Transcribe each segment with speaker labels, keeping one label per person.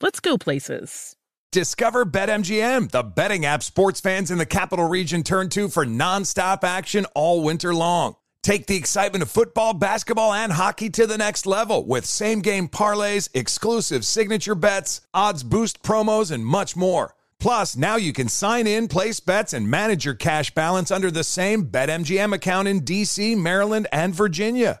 Speaker 1: let's go places.
Speaker 2: Discover BetMGM, the betting app sports fans in the capital region turn to for nonstop action all winter long. Take the excitement of football, basketball, and hockey to the next level with same game parlays, exclusive signature bets, odds boost promos, and much more. Plus, now you can sign in, place bets, and manage your cash balance under the same BetMGM account in DC, Maryland, and Virginia.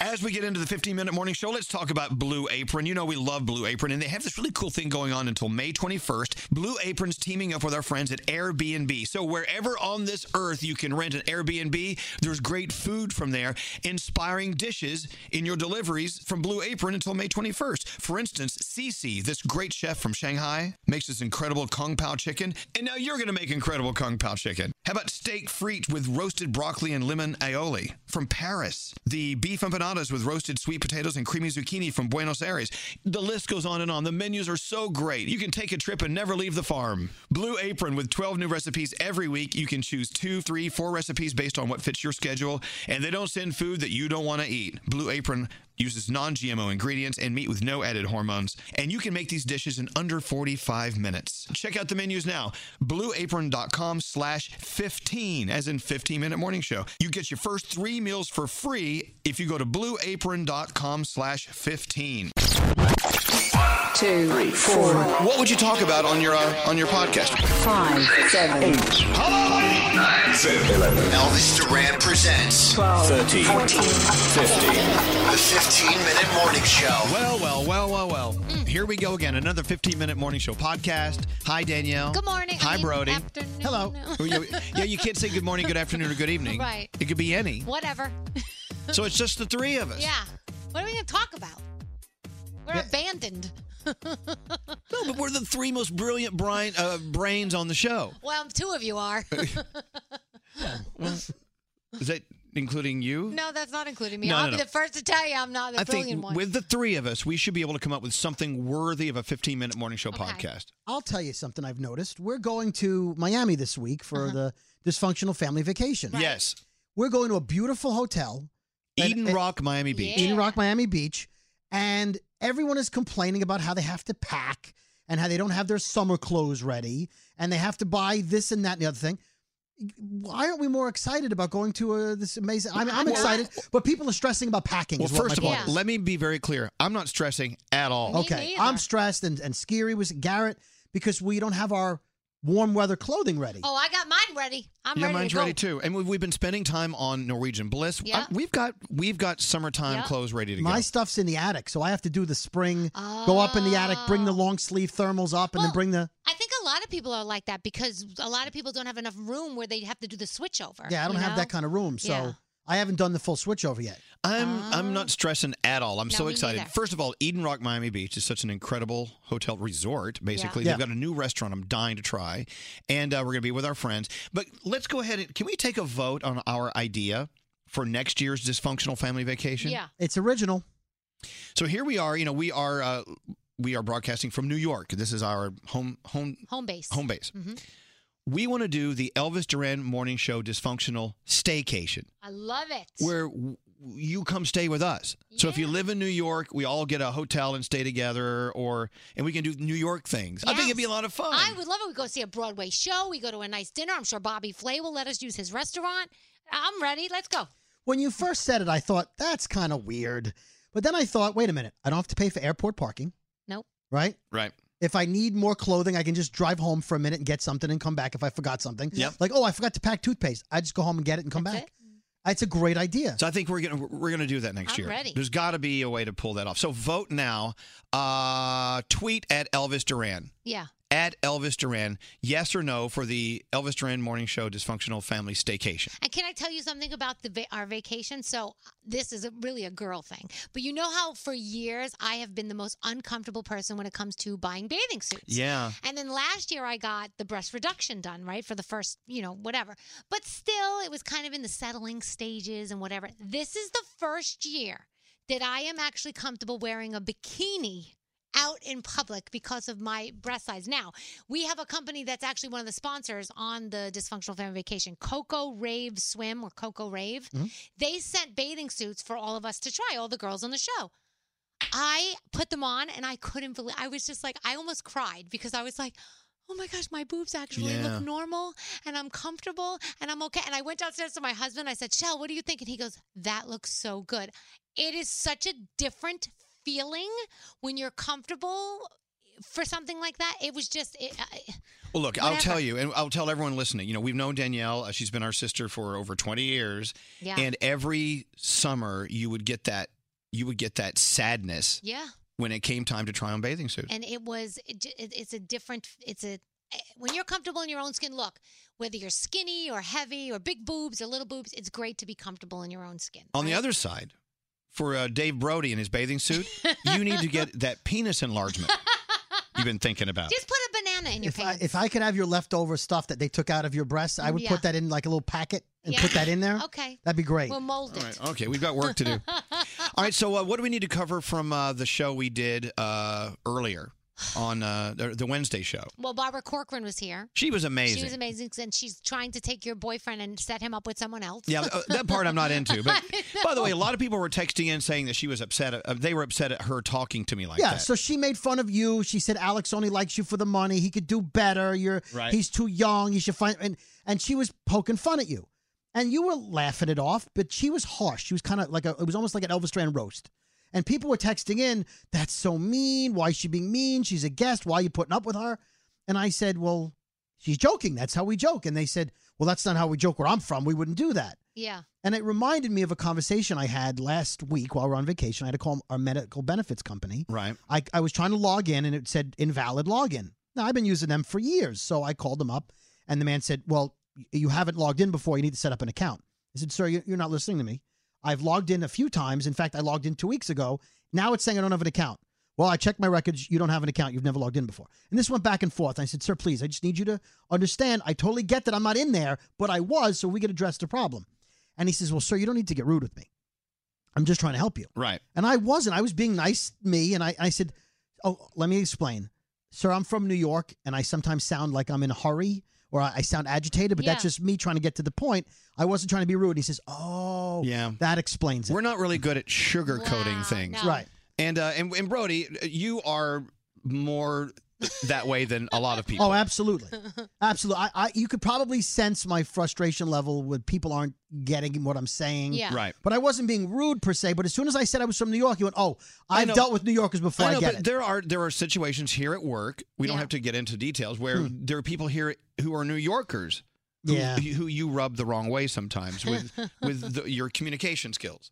Speaker 3: As we get into the 15 minute morning show, let's talk about Blue Apron. You know, we love Blue Apron, and they have this really cool thing going on until May 21st. Blue Apron's teaming up with our friends at Airbnb. So, wherever on this earth you can rent an Airbnb, there's great food from there, inspiring dishes in your deliveries from Blue Apron until May 21st. For instance, Cece, this great chef from Shanghai, makes this incredible Kung Pao chicken, and now you're going to make incredible Kung Pao chicken. How about steak frite with roasted broccoli and lemon aioli from Paris? The beef empanada with roasted sweet potatoes and creamy zucchini from Buenos Aires. The list goes on and on. The menus are so great. You can take a trip and never leave the farm. Blue Apron with 12 new recipes every week. You can choose two, three, four recipes based on what fits your schedule, and they don't send food that you don't want to eat. Blue Apron uses non GMO ingredients and meat with no added hormones. And you can make these dishes in under 45 minutes. Check out the menus now. BlueApron.com slash 15, as in 15 minute morning show. You get your first three meals for free if you go to BlueApron.com slash 15.
Speaker 4: Two, three, four.
Speaker 3: What would you talk about on your uh, on your podcast?
Speaker 4: Five, seven, eight.
Speaker 3: Hello,
Speaker 5: Nine, seven, eleven.
Speaker 6: Elvis Duran presents
Speaker 4: 12,
Speaker 5: 13,
Speaker 4: 14,
Speaker 5: 15.
Speaker 6: the 15 minute morning show.
Speaker 3: Well, well, well, well, well.
Speaker 7: Mm.
Speaker 3: Here we go again. Another 15 minute morning show podcast. Hi, Danielle.
Speaker 7: Good morning. I
Speaker 3: Hi,
Speaker 7: mean,
Speaker 3: Brody.
Speaker 7: afternoon.
Speaker 3: Hello. Oh, you- yeah, you can't say good morning, good afternoon, or good evening.
Speaker 7: Right.
Speaker 3: It could be any.
Speaker 7: Whatever.
Speaker 3: So it's just the three of us.
Speaker 7: Yeah. What are we going to talk about? We're abandoned.
Speaker 3: No, but we're the three most brilliant brain, uh, brains on the show.
Speaker 7: Well, two of you are.
Speaker 3: Is that including you?
Speaker 7: No, that's not including me.
Speaker 3: No,
Speaker 7: I'll
Speaker 3: no,
Speaker 7: be
Speaker 3: no.
Speaker 7: the first to tell you I'm not the
Speaker 3: I
Speaker 7: brilliant
Speaker 3: think
Speaker 7: one.
Speaker 3: with the three of us, we should be able to come up with something worthy of a 15 minute morning show podcast.
Speaker 8: I'll tell you something I've noticed. We're going to Miami this week for the dysfunctional family vacation.
Speaker 3: Yes.
Speaker 8: We're going to a beautiful hotel.
Speaker 3: Eden Rock, Miami Beach.
Speaker 8: Eden eh, Rock, Miami Beach. And everyone is complaining about how they have to pack and how they don't have their summer clothes ready and they have to buy this and that and the other thing. Why aren't we more excited about going to uh this amazing? I mean, I'm
Speaker 3: Well-
Speaker 8: excited, but people are stressing about packing.
Speaker 3: Well,
Speaker 8: is what my
Speaker 3: first of all,
Speaker 8: point is.
Speaker 3: let me be very clear. I'm not stressing at all.
Speaker 8: Okay, I'm stressed, and and Skiri was Garrett because we don't have our warm weather clothing ready.
Speaker 7: Oh, I got mine ready. I'm
Speaker 3: yeah,
Speaker 7: ready
Speaker 3: mine's
Speaker 7: to go.
Speaker 3: ready too. And we've, we've been spending time on Norwegian Bliss. I-
Speaker 7: Yeah.
Speaker 3: we've got we've got summertime
Speaker 7: Yeah.
Speaker 3: clothes ready to
Speaker 8: My
Speaker 3: go.
Speaker 8: stuff's in the attic, so I have to do the spring.
Speaker 7: Oh.
Speaker 8: Go up in the attic, bring the long sleeve thermals up, and then bring the.
Speaker 7: I think a lot of people are like that because a lot of people don't have enough room where they have to do the switchover.
Speaker 8: Yeah, I don't
Speaker 7: you
Speaker 8: have
Speaker 7: know?
Speaker 8: that kind of room, so
Speaker 7: Yeah.
Speaker 8: I haven't done the full switchover yet.
Speaker 3: I'm I'm not stressing at all. I'm
Speaker 7: Um, No,
Speaker 3: so
Speaker 7: me
Speaker 3: excited.
Speaker 7: neither.
Speaker 3: First of all, Eden Rock Miami Beach is such an incredible hotel resort. Basically,
Speaker 8: Yeah.
Speaker 3: they've got a new restaurant. I'm dying to try, and uh, we're gonna be with our friends. But let's go ahead and can we take a vote on our idea for next year's dysfunctional family vacation?
Speaker 8: it's original.
Speaker 3: So here we are. You know, we are uh, we are broadcasting from New York. This is our home home
Speaker 7: Home base.
Speaker 3: home base.
Speaker 7: hmm
Speaker 3: We want to do the Elvis Duran Morning Show Dysfunctional Staycation,
Speaker 7: I love it.
Speaker 3: where w- you come stay with us. So if you live in New York, we all get a hotel and stay together, or and we can do New York things. I think it'd be a lot of fun.
Speaker 7: I would love it. We go see a Broadway show. We go to a nice dinner. I'm sure Bobby Flay will let us use his restaurant. I'm ready. Let's go.
Speaker 8: When you first said it, I thought that's kind of weird, but then I thought, wait a minute, I don't have to pay for airport parking,
Speaker 7: Nope.
Speaker 8: right?
Speaker 3: Right.
Speaker 8: If I need more clothing, I can just drive home for a minute and get something and come back if I forgot something.
Speaker 3: Yep.
Speaker 8: Like, oh, I forgot to pack toothpaste. I just go home and get it and come back. It's a great idea.
Speaker 3: So I think we're gonna we're gonna do that next
Speaker 8: I'm
Speaker 3: year.
Speaker 8: ready.
Speaker 3: There's got to be a way to pull that off. So vote now. Uh, tweet at Elvis Duran.
Speaker 7: Yeah.
Speaker 3: At Elvis Duran, yes or no for the Elvis Duran Morning Show Dysfunctional Family Staycation.
Speaker 7: And can I tell you something about the va- our vacation? So this is a, really a girl thing, but you know how for years I have been the most uncomfortable person when it comes to buying bathing suits.
Speaker 5: Yeah.
Speaker 7: And then last year I got the breast reduction done, right? For the first, you know, whatever. But still, it was kind of in the settling stages and whatever. This is the first year that I am actually comfortable wearing a bikini out in public because of my breast size. Now, we have a company that's actually one of the sponsors on the Dysfunctional Family Vacation, Coco Rave Swim or Coco Rave. They sent bathing suits for all of us to try, all the girls on the show. I put them on and I couldn't believe I was just like I almost cried because I was like Oh my gosh, my boobs actually
Speaker 5: Yeah.
Speaker 7: look normal and I'm comfortable and I'm okay. And I went downstairs to my husband. I said, Shell, what do you think? And he goes, That looks so good. It is such a different feeling when you're comfortable for something like that. It was just, it, uh, I,
Speaker 3: Well, look, I'll
Speaker 7: Whatever.
Speaker 3: tell you, and I'll tell everyone listening. You know, we've known Danielle; uh, she's been our sister for over twenty years.
Speaker 7: Yeah.
Speaker 3: And every summer, you would get that you would get that sadness
Speaker 7: yeah.
Speaker 3: when it came time to try on bathing suits.
Speaker 7: And it was, it, j- it- it's a different, it's a, eh, when you're comfortable in your own skin, look, whether you're skinny or heavy or big boobs or little boobs, it's great to be comfortable in your own skin.
Speaker 3: On the other side, for uh, Dave Brody in his bathing suit, you need to get that penis enlargement you've been thinking about.
Speaker 7: Just put a banana in your
Speaker 8: If I,
Speaker 7: pants. Mm,
Speaker 8: if I could have your leftover stuff that they took out of your breast, I would
Speaker 7: Yeah.
Speaker 8: put that in like a little packet and
Speaker 7: Yeah.
Speaker 8: put that in there.
Speaker 7: Okay.
Speaker 8: That'd be great.
Speaker 7: We'll mold
Speaker 3: All
Speaker 7: it.
Speaker 3: right, okay, we've got work to do. All right, so uh, what do we need to cover from uh, the show we did uh, earlier on uh, the, the Wednesday show?
Speaker 7: Well, Barbara Corcoran was here.
Speaker 3: She was amazing.
Speaker 7: She was amazing, and she's trying to take your boyfriend and set him up with someone else.
Speaker 3: Yeah, uh, that part I'm not into. But
Speaker 7: I know.
Speaker 3: by the way, a lot of people were texting in saying that she was upset. Uh, they were upset at her talking to me like
Speaker 8: yeah,
Speaker 3: that.
Speaker 8: so she made fun of you. She said Alex only likes you for the money. He could do better. You're
Speaker 3: Right.
Speaker 8: he's too young. You should find and and she was poking fun at you. And you were laughing it off, but she was harsh. She was kind of like a it was almost like an Elvis Duran roast. And people were texting in, that's so mean. Why is she being mean? She's a guest. Why are you putting up with her? And I said, Well, she's joking. That's how we joke. And they said, Well, that's not how we joke where I'm from. We wouldn't do that.
Speaker 7: Yeah.
Speaker 8: And it reminded me of a conversation I had last week while we are on vacation. I had to call our medical benefits company.
Speaker 3: Right.
Speaker 8: I, I was trying to log in and it said invalid login. Now, I've been using them for years. So I called them up and the man said, Well, y- you haven't logged in before. You need to set up an account. I said, Sir, you- you're not listening to me. I've logged in a few times. In fact, I logged in two weeks ago. Now it's saying I don't have an account. Well, I checked my records. You don't have an account. You've never logged in before. And this went back and forth. I said, Sir, please, I just need you to understand. I totally get that I'm not in there, but I was. So we could address the problem. And he says, Well, sir, you don't need to get rude with me. I'm just trying to help you.
Speaker 3: Right.
Speaker 8: And I wasn't. I was being nice, me. And I, I said, Oh, let me explain. Sir, I'm from New York and I sometimes sound like I'm in a hurry or I, I sound agitated, but that's
Speaker 3: Yeah.
Speaker 8: just me trying to get to the point. I wasn't trying to be rude. He says, Oh,
Speaker 3: Yeah.
Speaker 8: that explains it.
Speaker 3: We're not really good at sugarcoating things.
Speaker 8: no. Right.
Speaker 3: And, uh, and and Brody, you are more that way than a lot of people.
Speaker 8: Oh, absolutely, absolutely. I, I, you could probably sense my frustration level when people aren't getting what I'm saying.
Speaker 3: Yeah. Right.
Speaker 8: But I wasn't being rude per se. But as soon as I said I was from New York, you went, "Oh,
Speaker 3: I
Speaker 8: I've
Speaker 3: know.
Speaker 8: dealt with New Yorkers before. I,
Speaker 3: know,
Speaker 8: get
Speaker 3: but
Speaker 8: it."
Speaker 3: there are there are situations here at work. We don't have to get into details where there are people here who are New Yorkers who,
Speaker 8: Yeah.
Speaker 3: who you rub the wrong way sometimes with with the, your communication skills.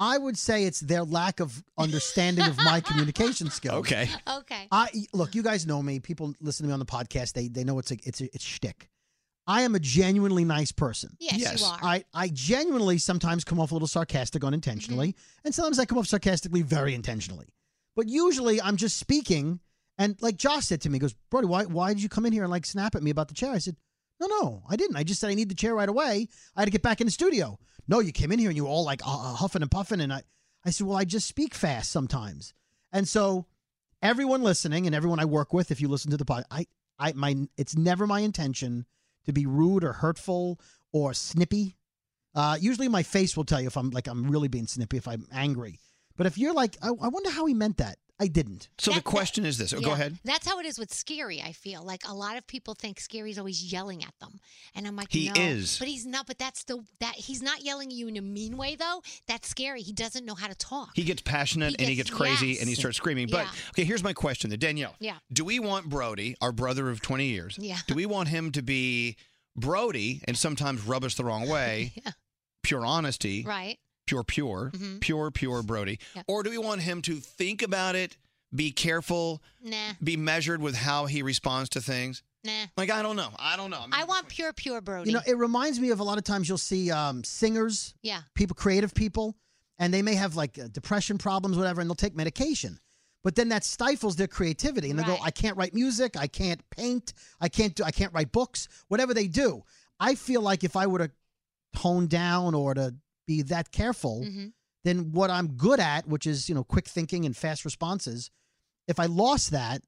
Speaker 8: I would say it's their lack of understanding of my communication skills.
Speaker 3: Okay.
Speaker 7: Okay.
Speaker 8: I look. You guys know me. People listen to me on the podcast. They they know it's a, it's a, it's shtick. I am a genuinely nice person.
Speaker 7: Yes, you Yes. are.
Speaker 8: I, I genuinely sometimes come off a little sarcastic unintentionally,
Speaker 7: Mm-hmm.
Speaker 8: and sometimes I come off sarcastically very intentionally. But usually I'm just speaking, and like Josh said to me, he goes, Brody, why why did you come in here and like snap at me about the chair? I said, No, no, I didn't. I just said I need the chair right away. I had to get back in the studio. No, you came in here and you were all like uh, uh, huffing and puffing, and I I said, Well, I just speak fast sometimes, and so everyone listening and everyone I work with, if you listen to the pod, I, I, my, it's never my intention to be rude or hurtful or snippy. Uh, usually, my face will tell you if I'm like I'm really being snippy if I'm angry. But if you're like, I, I wonder how he meant that. I didn't.
Speaker 3: So the question is this. Oh, Go
Speaker 7: Yeah.
Speaker 3: ahead.
Speaker 7: That's how it is with Scary. I feel like a lot of people think Scary's always yelling at them, and I'm like,
Speaker 3: He
Speaker 7: no,
Speaker 3: is.
Speaker 7: but he's not. But that's the that he's not yelling at you in a mean way though. That's Scary. He doesn't know how to talk.
Speaker 3: He gets passionate
Speaker 7: He
Speaker 3: and he
Speaker 7: gets-
Speaker 3: gets crazy
Speaker 7: yes.
Speaker 3: and he starts screaming. But
Speaker 7: Yeah.
Speaker 3: okay, here's my question to Danielle.
Speaker 7: Yeah.
Speaker 3: Do we want Brody, our brother of 20 years,
Speaker 7: Yeah.
Speaker 3: do we want him to be Brody and sometimes rub us the wrong way? Pure honesty.
Speaker 7: Right.
Speaker 3: Pure, pure,
Speaker 7: Mhm.
Speaker 3: pure, pure Brody. Or do we want him to think about it, be careful,
Speaker 7: Nah.
Speaker 3: be measured with how he responds to things?
Speaker 7: Nah.
Speaker 3: Like, I don't know. I don't know. I,
Speaker 7: want pure, pure Brody.
Speaker 8: You know, it reminds me of a lot of times you'll see um, singers,
Speaker 7: Yeah.
Speaker 8: people, creative people, and they may have like uh, depression problems, whatever, and they'll take medication. But then that stifles their creativity, and they will go, "I can't write music, I can't paint, I can't do, I can't write books, whatever they do." I feel like if I were to tone down or to be that careful,
Speaker 7: Mm-hmm.
Speaker 8: then what I'm good at, which is you know quick thinking and fast responses, if I lost that,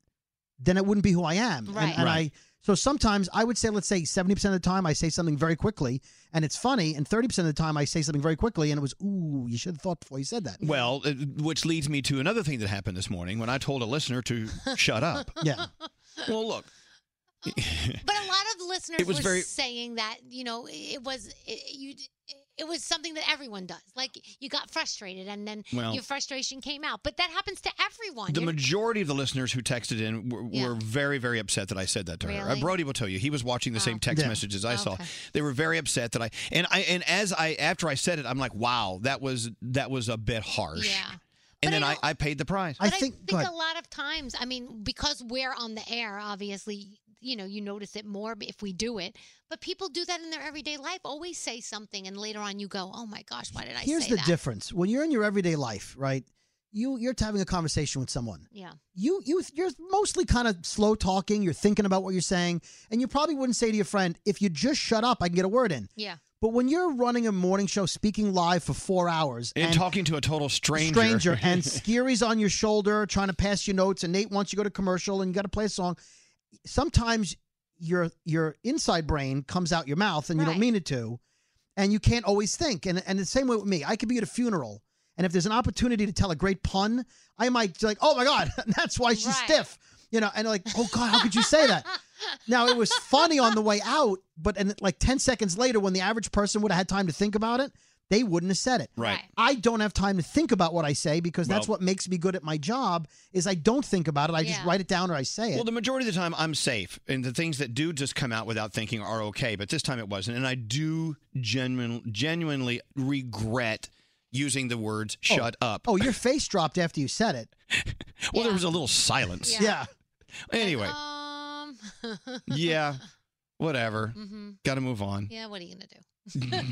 Speaker 8: then it wouldn't be who I am. And-
Speaker 7: Right.
Speaker 8: And, I
Speaker 7: Right.
Speaker 8: so sometimes I would say, let's say 70% of the time I say something very quickly and it's funny, and 30% of the time I say something very quickly and it was, ooh, you should have thought before you said that.
Speaker 3: Well, uh, which leads me to another thing that happened this morning when I told a listener to shut up.
Speaker 8: Yeah.
Speaker 3: Well, look.
Speaker 7: But a lot of listeners
Speaker 3: It was
Speaker 7: were
Speaker 3: very-
Speaker 7: saying that you know it was it, you. It was something that everyone does. Like you got frustrated, and then
Speaker 3: Well-
Speaker 7: your frustration came out. But that happens to everyone.
Speaker 3: The
Speaker 7: You're-
Speaker 3: majority of the listeners who texted in were,
Speaker 7: Yeah.
Speaker 3: were very, very upset that I said that to her. Uh,
Speaker 7: Really?
Speaker 3: Brody will tell you he was watching the same text
Speaker 7: Yeah.
Speaker 3: messages I saw.
Speaker 7: Okay.
Speaker 3: They were very upset that I and I and as I after I said it, I'm like, wow, that was that was a bit harsh. Yeah. And then I, I paid the price.
Speaker 7: But I think, a lot of times, I mean, because we're on the air, obviously, you know, you notice it more if we do it. But people do that in their everyday life. Always say something, and later on, you go, "Oh my gosh, why did I
Speaker 8: Here's
Speaker 7: say
Speaker 8: the
Speaker 7: that?"
Speaker 8: difference. When you're in your everyday life, right? You you're having a conversation with someone.
Speaker 7: Yeah.
Speaker 8: You you you're mostly kind of slow talking, you're thinking about what you're saying, and you probably wouldn't say to your friend, if you just shut up, I can get a word in.
Speaker 7: Yeah.
Speaker 8: But when you're running a morning show speaking live for four hours
Speaker 3: And, talking to a total stranger.
Speaker 8: stranger and Scary's on your shoulder trying to pass you notes and Nate wants you to go to commercial and you got to play a song. Sometimes your your inside brain comes out your mouth and you don't mean it to and you can't always think. And and the same way with me. I could be at a funeral and if there's an opportunity to tell a great pun, I might be like, "Oh my god, that's why she's stiff." You know, and like, "Oh god, how could you say that?" Now it was funny on the way out, but and like 10 seconds later when the average person would have had time to think about it, they wouldn't have said it.
Speaker 3: Right.
Speaker 8: I don't have time to think about what I say because that's
Speaker 3: Well-
Speaker 8: what makes me good at my job is I don't think about it. I just
Speaker 3: Yeah.
Speaker 8: write it down or I say it.
Speaker 3: Well, the majority of the time I'm safe, and the things that do just come out without thinking are okay. But this time it wasn't, and I do genuine, genuinely regret using the words
Speaker 8: Oh.
Speaker 3: "shut up."
Speaker 8: Oh, your face dropped after you said it.
Speaker 3: Well, there was a little silence.
Speaker 8: Yeah.
Speaker 3: Anyway,
Speaker 7: Um.
Speaker 3: yeah, whatever.
Speaker 7: Mhm.
Speaker 3: Got to move on.
Speaker 7: Yeah. What are you gonna do?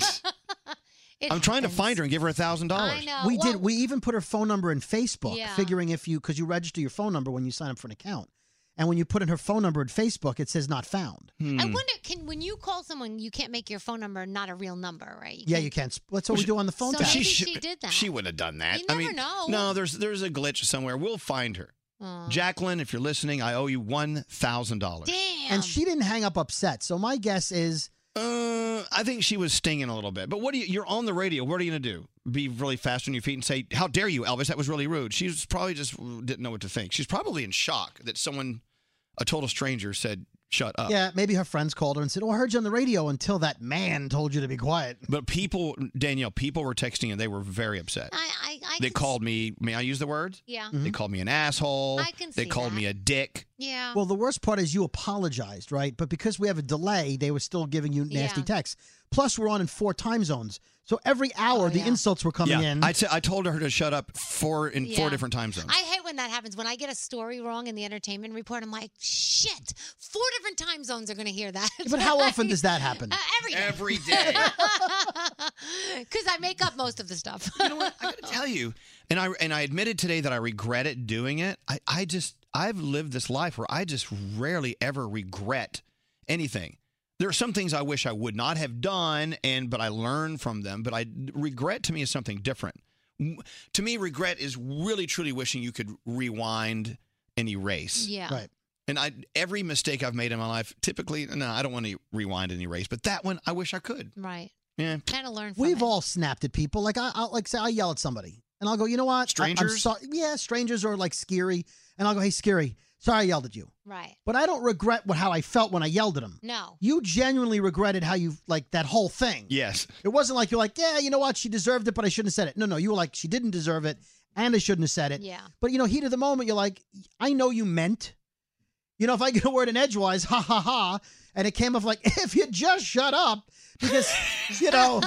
Speaker 7: It
Speaker 3: I'm trying to
Speaker 7: happens.
Speaker 3: find her and give her a thousand dollars.
Speaker 7: I know.
Speaker 8: we
Speaker 7: Well-
Speaker 8: did. We even put her phone number in Facebook,
Speaker 7: Yeah.
Speaker 8: figuring if you because you register your phone number when you sign up for an account, And when you put in her phone number at Facebook, it says not found.
Speaker 3: Hmm.
Speaker 7: I wonder, can when you call someone, you can't make your phone number not a real number, right?
Speaker 8: yeah, you can't. sp- That's what we do on the phone.
Speaker 7: Oh, So
Speaker 8: tap.
Speaker 7: maybe she, did that.
Speaker 3: She wouldn't have done that.
Speaker 7: You
Speaker 3: I
Speaker 7: never
Speaker 3: mean,
Speaker 7: know.
Speaker 3: No, there's there's a glitch somewhere. We'll find her.
Speaker 7: Aw.
Speaker 3: Jacqueline, if you're listening, I owe you one thousand dollars.
Speaker 8: And she didn't hang up upset. So my guess is
Speaker 3: Uh, I think she was stinging a little bit. But what do you? You're on the radio. What are you gonna do? Be really fast on your feet and say, "How dare you, Elvis? That was really rude." She's probably just didn't know what to think. She's probably in shock that someone, a total stranger, said, "Shut up."
Speaker 8: yeah, maybe her friends called her and said, "Oh, I heard you on the radio until that man told you to be quiet."
Speaker 3: But people, Danielle, people were texting and they were very upset.
Speaker 7: I, I, I
Speaker 3: they
Speaker 7: can
Speaker 3: called me. May I use the word?
Speaker 7: Yeah.
Speaker 3: They
Speaker 8: Mm-hmm.
Speaker 7: Mhm.
Speaker 3: called me an asshole.
Speaker 7: I can
Speaker 3: They
Speaker 7: see
Speaker 3: called
Speaker 7: that.
Speaker 3: me a dick.
Speaker 7: Yeah.
Speaker 8: Well, the worst part is you apologized, right? But because we have a delay, they were still giving you nasty
Speaker 7: Yeah.
Speaker 8: texts. Plus, we're on in four time zones, so every hour the insults were coming
Speaker 3: yeah.
Speaker 8: in.
Speaker 3: I, t- I told her to shut up four in
Speaker 7: Yeah.
Speaker 3: four different time zones.
Speaker 7: I hate when that happens. When I get a story wrong in the entertainment report, I'm like, shit, four different time zones are going to hear that. Uh,
Speaker 8: but how often does that happen?
Speaker 7: Every day.
Speaker 3: Every day.
Speaker 7: Because I make up most of the stuff.
Speaker 3: You know what? I got to tell you, and I and I admitted today that I regret it doing it. I, I just I've lived this life where I just rarely ever regret anything. There are some things I wish I would not have done, and but I learn from them. But I regret to me is something different. M- To me, regret is really truly wishing you could rewind and erase.
Speaker 7: Yeah. Right.
Speaker 3: And I every mistake I've made in my life, typically, no, I don't want to rewind and erase. But that one, I wish I could.
Speaker 7: Right.
Speaker 3: Yeah.
Speaker 7: Kind of learn from
Speaker 8: We've all snapped at people. Like I, I'll like say I yell at somebody, and I'll go, you know what? I- I'm
Speaker 3: Strangers?
Speaker 8: sorry. Yeah, strangers or like scary, and I'll go, hey, scary, sorry I yelled at you.
Speaker 7: Right.
Speaker 8: But I don't regret what how I felt when I yelled at him.
Speaker 7: No.
Speaker 8: You genuinely regretted how you like that whole thing.
Speaker 3: Yes.
Speaker 8: It wasn't like you're like, yeah, you know what? She deserved it, but I shouldn't have said it. No, no, you were like, she didn't deserve it, and I shouldn't have said it.
Speaker 7: Yeah.
Speaker 8: But you know, heat of the moment, you're like, I know you meant. You know, if I get a word in edgewise, ha ha ha, and it came off like, if you just shut up, because you know,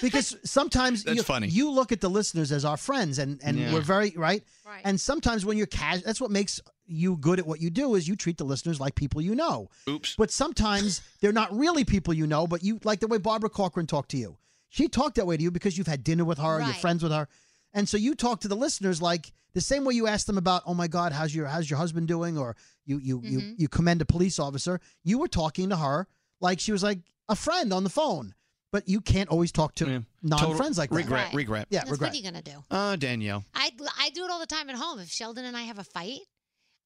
Speaker 8: because sometimes
Speaker 3: That's
Speaker 8: you,
Speaker 3: funny.
Speaker 8: you look at the listeners as our friends, and and
Speaker 3: Yeah.
Speaker 8: we're very right.
Speaker 7: Right.
Speaker 8: And sometimes when you're casual, that's what makes you good at what you do is you treat the listeners like people you know.
Speaker 3: Oops.
Speaker 8: But sometimes they're not really people you know, but you like the way Barbara Corcoran talked to you. She talked that way to you because you've had dinner with her, you're
Speaker 7: Right.
Speaker 8: friends with her. And so you talk to the listeners like the same way you ask them about, oh my God, how's your how's your husband doing? Or you you you
Speaker 7: Mhm.
Speaker 8: you commend a police officer. You were talking to her like she was like a friend on the phone. But you can't always talk to non friends like that.
Speaker 3: regret, regret.
Speaker 8: Yeah,
Speaker 7: That's
Speaker 8: regret.
Speaker 7: what are you going to do?
Speaker 3: Uh, Danielle.
Speaker 7: I, I do it all the time at home. If Sheldon and I have a fight,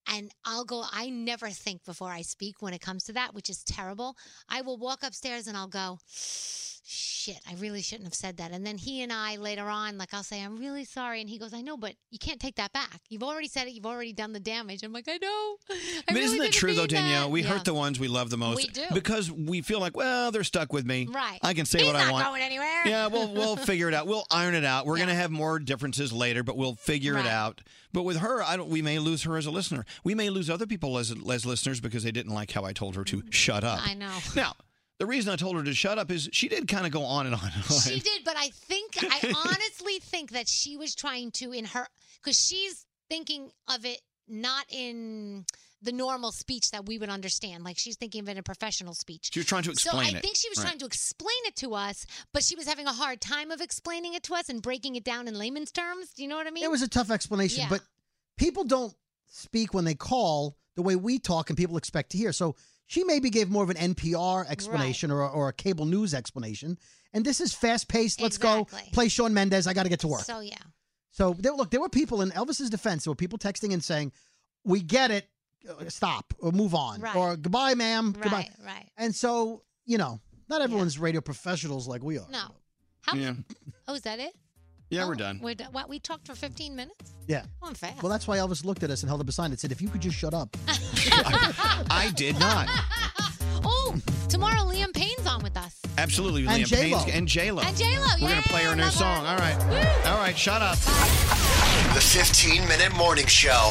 Speaker 7: and I'll go, I never think before I speak when it comes to that, which is terrible. I will walk upstairs and I'll go, shit, I really shouldn't have said that. And then he and I later on, like, I'll say, I'm really sorry. And he goes, I know, but you can't take that back. You've already said it. You've already done the damage. I'm like, I know. I
Speaker 3: I mean,
Speaker 7: really
Speaker 3: isn't it
Speaker 7: didn't
Speaker 3: true though,
Speaker 7: mean that."
Speaker 3: Danielle? We
Speaker 7: Yeah.
Speaker 3: hurt the ones we love the most.
Speaker 7: We do.
Speaker 3: because we feel like, well, they're stuck with me.
Speaker 7: Right.
Speaker 3: I can say
Speaker 7: He's
Speaker 3: what I
Speaker 7: not
Speaker 3: want.
Speaker 7: going anywhere.
Speaker 3: Yeah, we'll we'll figure it out. We'll iron it out. We're gonna have more differences later, but we'll figure
Speaker 7: Right.
Speaker 3: it out. But with her, I don't. We may lose her as a listener. We may lose other people as as listeners because they didn't like how I told her to shut up.
Speaker 7: I know.
Speaker 3: Now, the reason I told her to shut up is she did kind of go on and on and on.
Speaker 7: She did, but I think I honestly think that she was trying to in her because she's thinking of it not in the normal speech that we would understand. Like she's thinking of it in a professional speech.
Speaker 3: She was trying to
Speaker 7: so
Speaker 3: explain
Speaker 7: I
Speaker 3: it.
Speaker 7: think she was
Speaker 3: Right.
Speaker 7: trying to explain it to us, but she was having a hard time of explaining it to us and breaking it down in layman's terms. Do you know what I mean?
Speaker 8: It was a tough explanation,
Speaker 7: Yeah.
Speaker 8: but people don't speak when they call the way we talk and people expect to hear. So she maybe gave more of an NPR explanation or, a, or a cable news explanation. And this is fast paced. Let's go
Speaker 7: Exactly.
Speaker 8: play Sean Mendez. I got to get to work.
Speaker 7: So yeah.
Speaker 8: So there, look, there were people in Elvis's defense. There were people texting and saying, "We get it. Uh, Stop or move on
Speaker 7: Right.
Speaker 8: or goodbye, ma'am. Goodbye."
Speaker 7: Right, right.
Speaker 8: And so you know, not everyone's radio professionals like we are.
Speaker 7: No. How
Speaker 3: Yeah,
Speaker 7: Oh, is that it?
Speaker 3: yeah,
Speaker 7: Oh,
Speaker 3: we're done.
Speaker 7: We're done. What we talked for 15 minutes?
Speaker 8: Yeah.
Speaker 7: Oh, I'm fast.
Speaker 8: Well, that's why Elvis looked at us and held up a sign that said, "If you could just shut up."
Speaker 3: I did not.
Speaker 7: oh, tomorrow Liam Payne's on with us.
Speaker 3: Absolutely,
Speaker 8: And
Speaker 3: Liam
Speaker 8: J-Lo.
Speaker 3: Payne's- and J Lo.
Speaker 7: And J-Lo,
Speaker 3: We're gonna play her new song. All right, all right. Shut up.
Speaker 6: The 15 Minute Morning Show.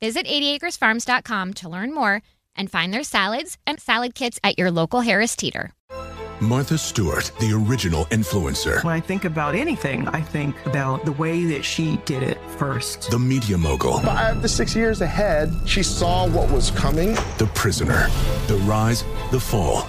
Speaker 9: Visit 80acresfarms.com to learn more and find their salads and salad kits at your local Harris Teeter.
Speaker 10: Martha Stewart, the original influencer.
Speaker 11: When I think about anything, I think about the way that she did it first.
Speaker 10: The media mogul.
Speaker 12: Five to six years ahead, she saw what was coming.
Speaker 10: The prisoner. The rise, the fall,